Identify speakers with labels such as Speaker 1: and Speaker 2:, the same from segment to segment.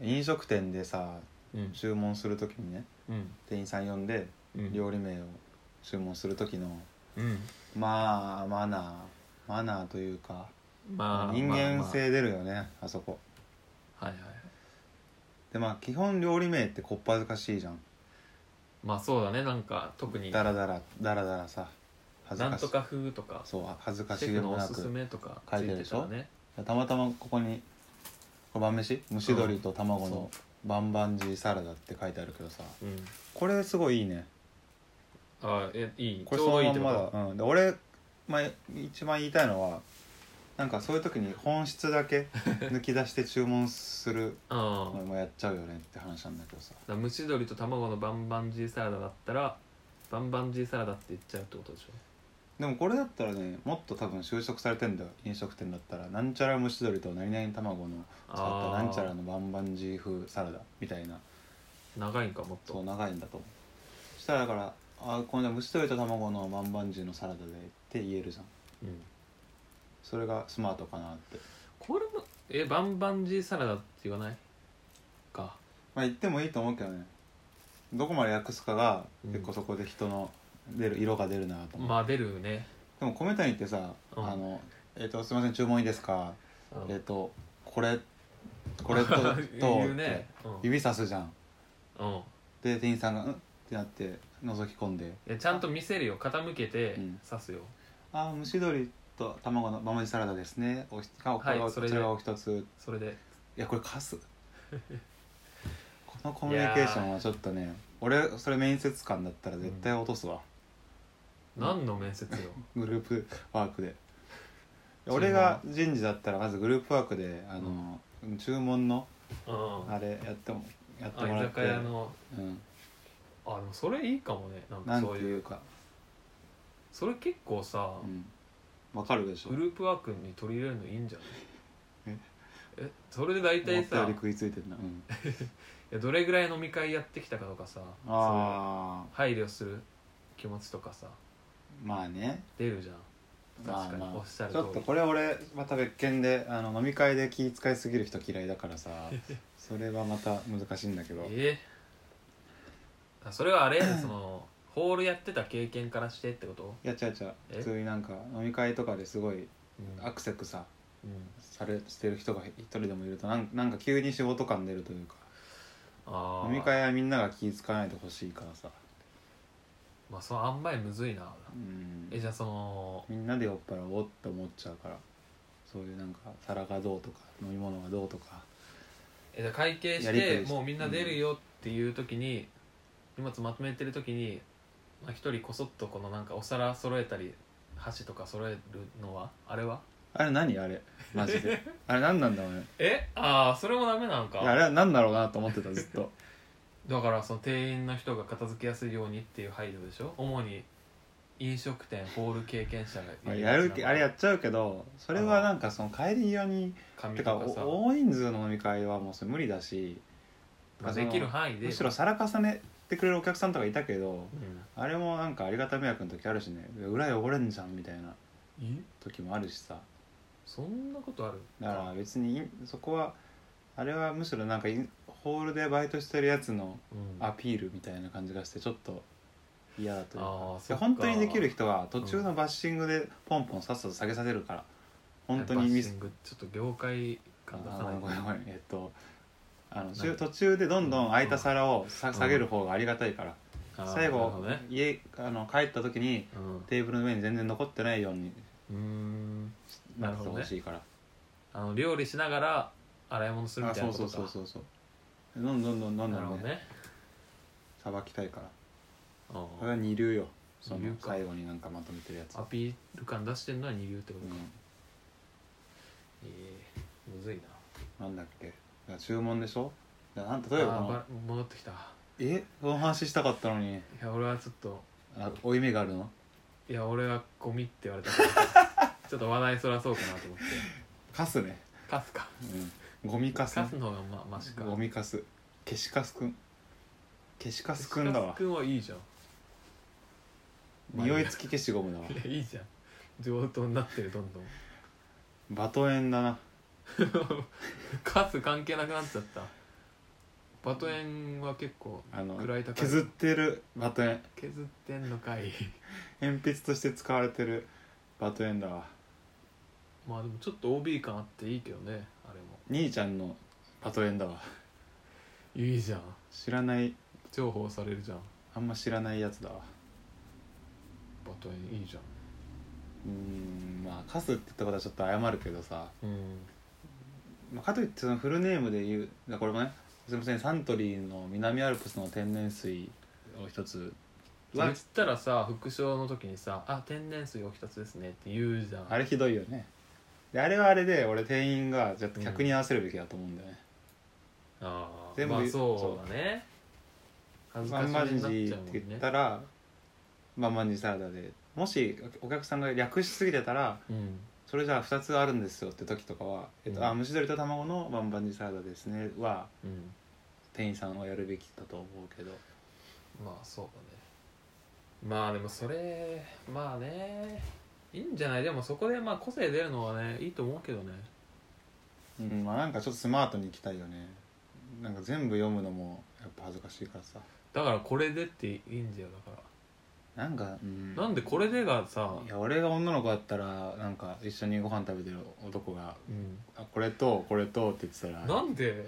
Speaker 1: 飲食店でさ
Speaker 2: うん
Speaker 1: 注文する時にね
Speaker 2: うん
Speaker 1: 店員さん呼んで
Speaker 2: うん
Speaker 1: 料理名を注文する時の
Speaker 2: うん
Speaker 1: まあマナーマナーというか
Speaker 2: まあ
Speaker 1: 人間
Speaker 2: ま
Speaker 1: 性出るよね、あそこ
Speaker 2: あまあはいはい
Speaker 1: でまあ基本料理名ってこっぱずかしいじゃん
Speaker 2: まあそうだねなんか特に
Speaker 1: ダ
Speaker 2: な
Speaker 1: ラダラダラダラさ恥ず
Speaker 2: ん
Speaker 1: かし
Speaker 2: と
Speaker 1: い
Speaker 2: か風とか
Speaker 1: そう恥ずか
Speaker 2: シ
Speaker 1: し
Speaker 2: ェ
Speaker 1: げ
Speaker 2: フ
Speaker 1: も
Speaker 2: のお
Speaker 1: な
Speaker 2: すす
Speaker 1: く
Speaker 2: めとかつ
Speaker 1: 書いて
Speaker 2: い
Speaker 1: る
Speaker 2: て
Speaker 1: でしたょ
Speaker 2: らね
Speaker 1: たまたまここにこれ晩飯蒸し鶏と卵のバンバンジーサラダって書いてあるけどさ
Speaker 2: うん
Speaker 1: これすごいいいね
Speaker 2: あえいい
Speaker 1: これ
Speaker 2: ちょう
Speaker 1: そ
Speaker 2: どいい
Speaker 1: の
Speaker 2: ってこ
Speaker 1: まん
Speaker 2: と
Speaker 1: まだ、うん、で俺、まあ、一番言いたいのはなんかそういう時に本質だ け抜き出して注文する
Speaker 2: あ
Speaker 1: のもやっちゃうよねって話なんだけどさ
Speaker 2: 蒸し鶏と卵のバンバンジーサラダだったらバンバンジーサラダって言っちゃうってことでしょ
Speaker 1: でもこれだったらねもっと多分就職されてんだよ飲食店だったらなんちゃら蒸し鶏と何々卵の使った
Speaker 2: ー
Speaker 1: なんちゃらのバンバンジー風サラダみたいな
Speaker 2: 長いんかもっ
Speaker 1: そう
Speaker 2: と
Speaker 1: 長いんだと思うしたらだからあーこの蒸し鶏と卵のバンバンジーのサラダでって言えるじゃん
Speaker 2: うん
Speaker 1: それがスマートかなって
Speaker 2: これもえバンバンジーサラダって言わないか
Speaker 1: まあ言ってもいいと思うけどねどこまで訳すかが
Speaker 2: うん
Speaker 1: 結構そこで人の出る色が出るなと思う、
Speaker 2: まあ出るね
Speaker 1: でも米谷ってさ「
Speaker 2: うん
Speaker 1: あのえっ、とすいません注文いいですか
Speaker 2: うん
Speaker 1: えっ、とこれこ れとと」
Speaker 2: 言うね
Speaker 1: って
Speaker 2: うん
Speaker 1: 指さすじゃん
Speaker 2: うん
Speaker 1: で店員さんが「うん?」ってなって覗き込んで
Speaker 2: いやちゃんと見せるよ傾けて
Speaker 1: うん
Speaker 2: 刺すよ、
Speaker 1: 「ああ蒸し鶏と卵のバンバンジーサラダですねおひあおこ
Speaker 2: はい
Speaker 1: れがお
Speaker 2: そ
Speaker 1: こ
Speaker 2: れで
Speaker 1: ちらがお一つ
Speaker 2: それで」
Speaker 1: いやこれカ スこのコミュニケーションはちょっとね俺それ面接官だったら絶対落とすわ、
Speaker 2: 何の面接よ
Speaker 1: グループワークで
Speaker 2: 注文
Speaker 1: 俺が人事だったらまずグループワークであの、注文の
Speaker 2: うん
Speaker 1: あれやってもやって
Speaker 2: あ
Speaker 1: もら
Speaker 2: 居
Speaker 1: って
Speaker 2: 酒屋の
Speaker 1: うん、
Speaker 2: あでもそれいいかもねなん
Speaker 1: な
Speaker 2: か
Speaker 1: ん
Speaker 2: そ
Speaker 1: て
Speaker 2: ういう
Speaker 1: いうか
Speaker 2: それ結構さ、
Speaker 1: うんわかるでしょ
Speaker 2: グループワークに取り入れるのいいんじゃない
Speaker 1: え
Speaker 2: えそれで大体
Speaker 1: 思ったよ
Speaker 2: さ
Speaker 1: り食いついてるな、うん、
Speaker 2: いやどれぐらい飲み会やってきたかとかさ
Speaker 1: ああ
Speaker 2: そういう配慮する気持ちとかさ
Speaker 1: まあね
Speaker 2: 出るじゃん
Speaker 1: ま
Speaker 2: 確
Speaker 1: あ
Speaker 2: かに
Speaker 1: ま
Speaker 2: おっしゃ
Speaker 1: あ
Speaker 2: る
Speaker 1: ち
Speaker 2: 通り
Speaker 1: ょっとこれ俺また別件であの飲み会で気使いすぎる人嫌いだ からさそれはまた難しいんだけど
Speaker 2: ええあそれはあれそのホールやってた経験からしてってこと、
Speaker 1: いや違う違う
Speaker 2: え
Speaker 1: 普通になんか飲み会とかですごい
Speaker 2: うん
Speaker 1: アクセクさ
Speaker 2: うん
Speaker 1: されしてる人が一人でもいるとなんなんか急に仕事感出るというか
Speaker 2: ああ
Speaker 1: 飲み会はみんなが気ぃかないでほしいからさ、
Speaker 2: まあそのあんまりむずいな
Speaker 1: うん、
Speaker 2: えじゃあその
Speaker 1: みんなで酔っ払おうって思っちゃうからそういうなんか皿がどうとか飲み物がどうとか
Speaker 2: えじゃあ会計し
Speaker 1: やりと
Speaker 2: て
Speaker 1: りして
Speaker 2: もうみんな出るよっていう時に、荷物まとめてる時にまあ、一人こそっとこのなんかお皿揃えたり箸とか揃えるのはあれは
Speaker 1: あれ何あれマジ であれ何なんだろうね
Speaker 2: えああそれもダメなんか
Speaker 1: いやあれは何だろうなと思ってたずっと
Speaker 2: だからその店員の人が片付けやすいようにっていう配慮でしょ主に飲食店ホール経験者
Speaker 1: ま
Speaker 2: が
Speaker 1: あ
Speaker 2: い
Speaker 1: やる
Speaker 2: ち
Speaker 1: 気
Speaker 2: な
Speaker 1: あれやっちゃうけどそれはなんかその帰り際に
Speaker 2: 紙
Speaker 1: て
Speaker 2: と
Speaker 1: か
Speaker 2: かさ、
Speaker 1: お大人数の飲み会はもうそれ無理だし
Speaker 2: まあ、
Speaker 1: その
Speaker 2: できる範囲で
Speaker 1: むしろ皿重ねてくれるお客さんとかいたけど
Speaker 2: うん
Speaker 1: あれもなんかありがた迷惑の時あるしね裏汚れんじゃんみたいな
Speaker 2: え
Speaker 1: 時もあるしさ
Speaker 2: そんなことある
Speaker 1: だから別にいんそこはあれはむしろなんかいんホールでバイトしてるやつの
Speaker 2: うん、
Speaker 1: アピールみたいな感じがしてちょっと嫌だというか
Speaker 2: あーそ
Speaker 1: で
Speaker 2: っか
Speaker 1: 本当にできる人は途中のバッシングでポンポンさっさと下げさせるから本当にミス
Speaker 2: バッシングちょっと業界
Speaker 1: あ
Speaker 2: 感出さ
Speaker 1: ーご
Speaker 2: な
Speaker 1: め
Speaker 2: い
Speaker 1: んごめんごめんえっとあの
Speaker 2: 何
Speaker 1: 途中でどんどん空いた皿をさ
Speaker 2: ん
Speaker 1: 下げる方がありがたいから
Speaker 2: あー
Speaker 1: 最
Speaker 2: なる
Speaker 1: 後
Speaker 2: ほどね
Speaker 1: 家あの帰った時に
Speaker 2: うん
Speaker 1: テーブルの上に全然残ってないように
Speaker 2: うーん
Speaker 1: なってほしいから
Speaker 2: あの料理しながら洗い物するみ
Speaker 1: あ
Speaker 2: たい
Speaker 1: そう
Speaker 2: なこ
Speaker 1: そ
Speaker 2: と
Speaker 1: う
Speaker 2: か
Speaker 1: そうそうそうどんどんどんどんど
Speaker 2: なんる
Speaker 1: ど
Speaker 2: ほ
Speaker 1: ん
Speaker 2: ど
Speaker 1: ね
Speaker 2: ね
Speaker 1: さばきたいからこれ
Speaker 2: う
Speaker 1: は二流よそ
Speaker 2: 二
Speaker 1: の
Speaker 2: 流か
Speaker 1: 最後になんかまとめてるやつ
Speaker 2: んアピール感出してるのは二流ってこ
Speaker 1: う
Speaker 2: とか、
Speaker 1: ん
Speaker 2: ええむずいな
Speaker 1: なんだっけだから注文でしょだからなん例えば
Speaker 2: あ
Speaker 1: こ
Speaker 2: ー
Speaker 1: の
Speaker 2: ば戻ってきたい
Speaker 1: えこの話したかったのに
Speaker 2: や俺はちょっと
Speaker 1: あ負い目があるの
Speaker 2: いや俺はゴミって言 われたからちょっと話題そらそうかなと思って
Speaker 1: カスね
Speaker 2: カスか
Speaker 1: うんゴミカスね
Speaker 2: カスの方がまマシか
Speaker 1: ゴミカス消しカスくん消しカスくんだ
Speaker 2: カ
Speaker 1: わ
Speaker 2: スくんはいいじゃん
Speaker 1: 匂い付き消しゴムだわ
Speaker 2: いやいいじゃん上等になってるどんどん
Speaker 1: バトエンだな
Speaker 2: カス関係なくなっちゃった バトエンは結構
Speaker 1: あの
Speaker 2: 位高い
Speaker 1: 削ってるバトエン
Speaker 2: 削ってんのかい
Speaker 1: 鉛筆として使われてるバトエンだわ
Speaker 2: まあでもちょっと OB 感あっていいけどねあれも
Speaker 1: 兄ちゃんのバトエンだわ
Speaker 2: いいじゃん
Speaker 1: 知らない
Speaker 2: 重宝されるじゃん
Speaker 1: あんま知らないやつだわ
Speaker 2: バトエンいいじゃ
Speaker 1: うーんまあカスって言ったことはちょっと謝るけどさ、
Speaker 2: んうん
Speaker 1: まあ、かといってそのフルネームで言うだからこれもねすいませんサントリーの南アルプスの天然水を一つ
Speaker 2: 言ったらさ副賞の時にさ「あ天然水お一つですね」って言うじゃん
Speaker 1: あれひどいよねであれはあれで俺店員がちょっと客に合わせるべきだと思うんだよね、
Speaker 2: あー
Speaker 1: 全部
Speaker 2: まあそうだね恥ず
Speaker 1: ま
Speaker 2: かし
Speaker 1: ん
Speaker 2: い
Speaker 1: ま
Speaker 2: に
Speaker 1: ん
Speaker 2: なっ
Speaker 1: じ
Speaker 2: ちゃ
Speaker 1: っ
Speaker 2: うもん
Speaker 1: て言っ
Speaker 2: ね
Speaker 1: たらまんまんじサラダでもしお客さんが略しすぎてたら
Speaker 2: うん
Speaker 1: それじゃあ2つあるんですよって時とかは「えっと
Speaker 2: うん
Speaker 1: あ蒸し鶏と卵のまんまんじサラダですね」は
Speaker 2: うん
Speaker 1: 店員さんはやるべきだと思うけど
Speaker 2: まあそうだねまあでもそれまあねいいんじゃないでもそこでまあ個性出るのはねいいと思うけどね
Speaker 1: うんまあなんかちょっとスマートにいきたいよねなんか全部読むのもやっぱ恥ずかしいからさ
Speaker 2: だからこれでっていいんだよだか
Speaker 1: なんか、うん、
Speaker 2: らなんでこれでがさ
Speaker 1: いや俺が女の子だったらなんか一緒にご飯食べてる男が
Speaker 2: うん
Speaker 1: あこれとこれとって言ってたら
Speaker 2: なんで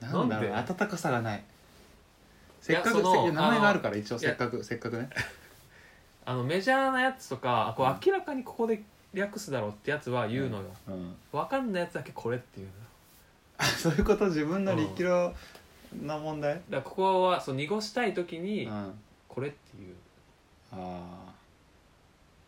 Speaker 1: なんだろう
Speaker 2: なんで
Speaker 1: 温かさがないせっか
Speaker 2: そ
Speaker 1: く
Speaker 2: の
Speaker 1: せ名前があるか
Speaker 2: あ
Speaker 1: ら一応せっかくせっかくね
Speaker 2: あのメジャーなやつとかこう明らかにここで略すだろうってやつは言うのよ、
Speaker 1: うん
Speaker 2: わかんないやつだけこれって言うのよ
Speaker 1: あそういうこと自分の力量の問題
Speaker 2: だからここはそう濁したい時
Speaker 1: うん
Speaker 2: に
Speaker 1: あ
Speaker 2: これって言う
Speaker 1: あ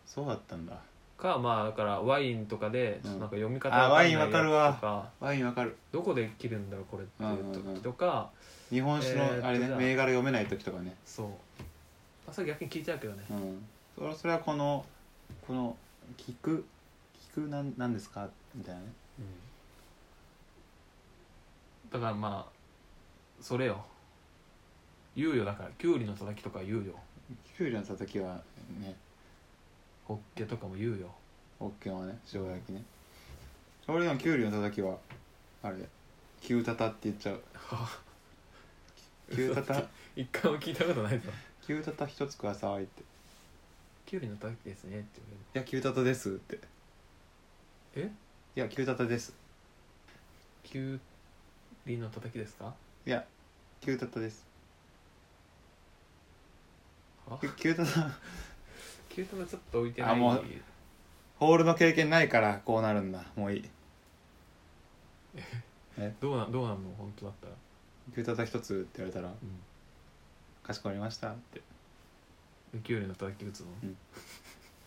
Speaker 1: そうだったんだ
Speaker 2: かまあだからワインとかでちょっとなんか読み方わかん
Speaker 1: あ
Speaker 2: ないやつ
Speaker 1: ワインわかるわ
Speaker 2: とか
Speaker 1: ワインわかる
Speaker 2: どこで切るんだろうこれっていう時とか、
Speaker 1: 日本酒
Speaker 2: えーっ
Speaker 1: の
Speaker 2: と
Speaker 1: あれね
Speaker 2: じゃあ
Speaker 1: 銘柄読めない時とかね
Speaker 2: そうあそれ逆に聞いちゃうけどね
Speaker 1: うんそれそれはこのこの聞く聞くなんなんですかみたいなね
Speaker 2: だからまあそれよ言うよだからきゅうりのたたきとか言うよ
Speaker 1: きゅうりのたたきはね
Speaker 2: ホッケとかも言うよ
Speaker 1: オッケーはね塩焼きね俺のきゅうりのたたきはあれきゅうたたって言っちゃうきゅうたた
Speaker 2: 一回も聞いたことないぞ
Speaker 1: きゅうたた一つくださいってい
Speaker 2: きゅうりのたたきですねって言
Speaker 1: やきゅうたたですって
Speaker 2: われる
Speaker 1: いやきゅうたたです
Speaker 2: えきゅうりのたたきですか
Speaker 1: いやきゅうたたです
Speaker 2: あ
Speaker 1: きゅきゅうたた
Speaker 2: きゅうたたちょっと置いてない
Speaker 1: あもうホールの経験ないからこうなるんだもういい
Speaker 2: どうなんどうなんの本当だったら、
Speaker 1: きゅうたた一つって言われたらかしこまりましたって
Speaker 2: できゅうりのたたき打つの、
Speaker 1: うん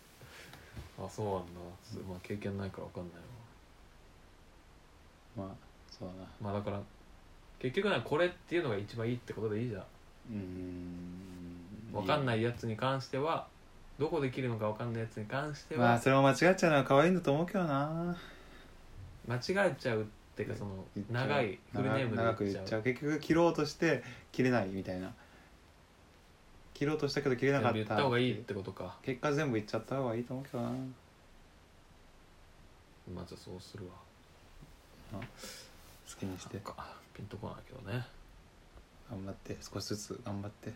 Speaker 2: あそうなんだ、それまあ、経験ないから分かんないわ
Speaker 1: まあそうだな
Speaker 2: まあだから結局なんかこれっていうのが一番いいってことでいいじゃん
Speaker 1: うーん
Speaker 2: 分かんないいやつに関してはどこで切るのか分かんないやつに関して
Speaker 1: まあ
Speaker 2: は
Speaker 1: それも間違っちゃうのは可愛いんだと思うけどな
Speaker 2: 間違えちゃうっていうかその
Speaker 1: 言っちゃう
Speaker 2: 長いフルネームで
Speaker 1: 長く
Speaker 2: 言
Speaker 1: 言
Speaker 2: っ
Speaker 1: っ
Speaker 2: ち
Speaker 1: ち
Speaker 2: ゃ
Speaker 1: ゃ
Speaker 2: う
Speaker 1: う結局切ろうとして切れないみたいな切ろうとしたけど切れなか
Speaker 2: 全
Speaker 1: っ
Speaker 2: 部
Speaker 1: た
Speaker 2: 言った方がいいってことか
Speaker 1: 結果全部言っちゃった方がいいと思うけどな
Speaker 2: まあじゃあそうするわ
Speaker 1: 好きにして
Speaker 2: なんかピンとこないけどね
Speaker 1: 頑張って少しずつ頑張って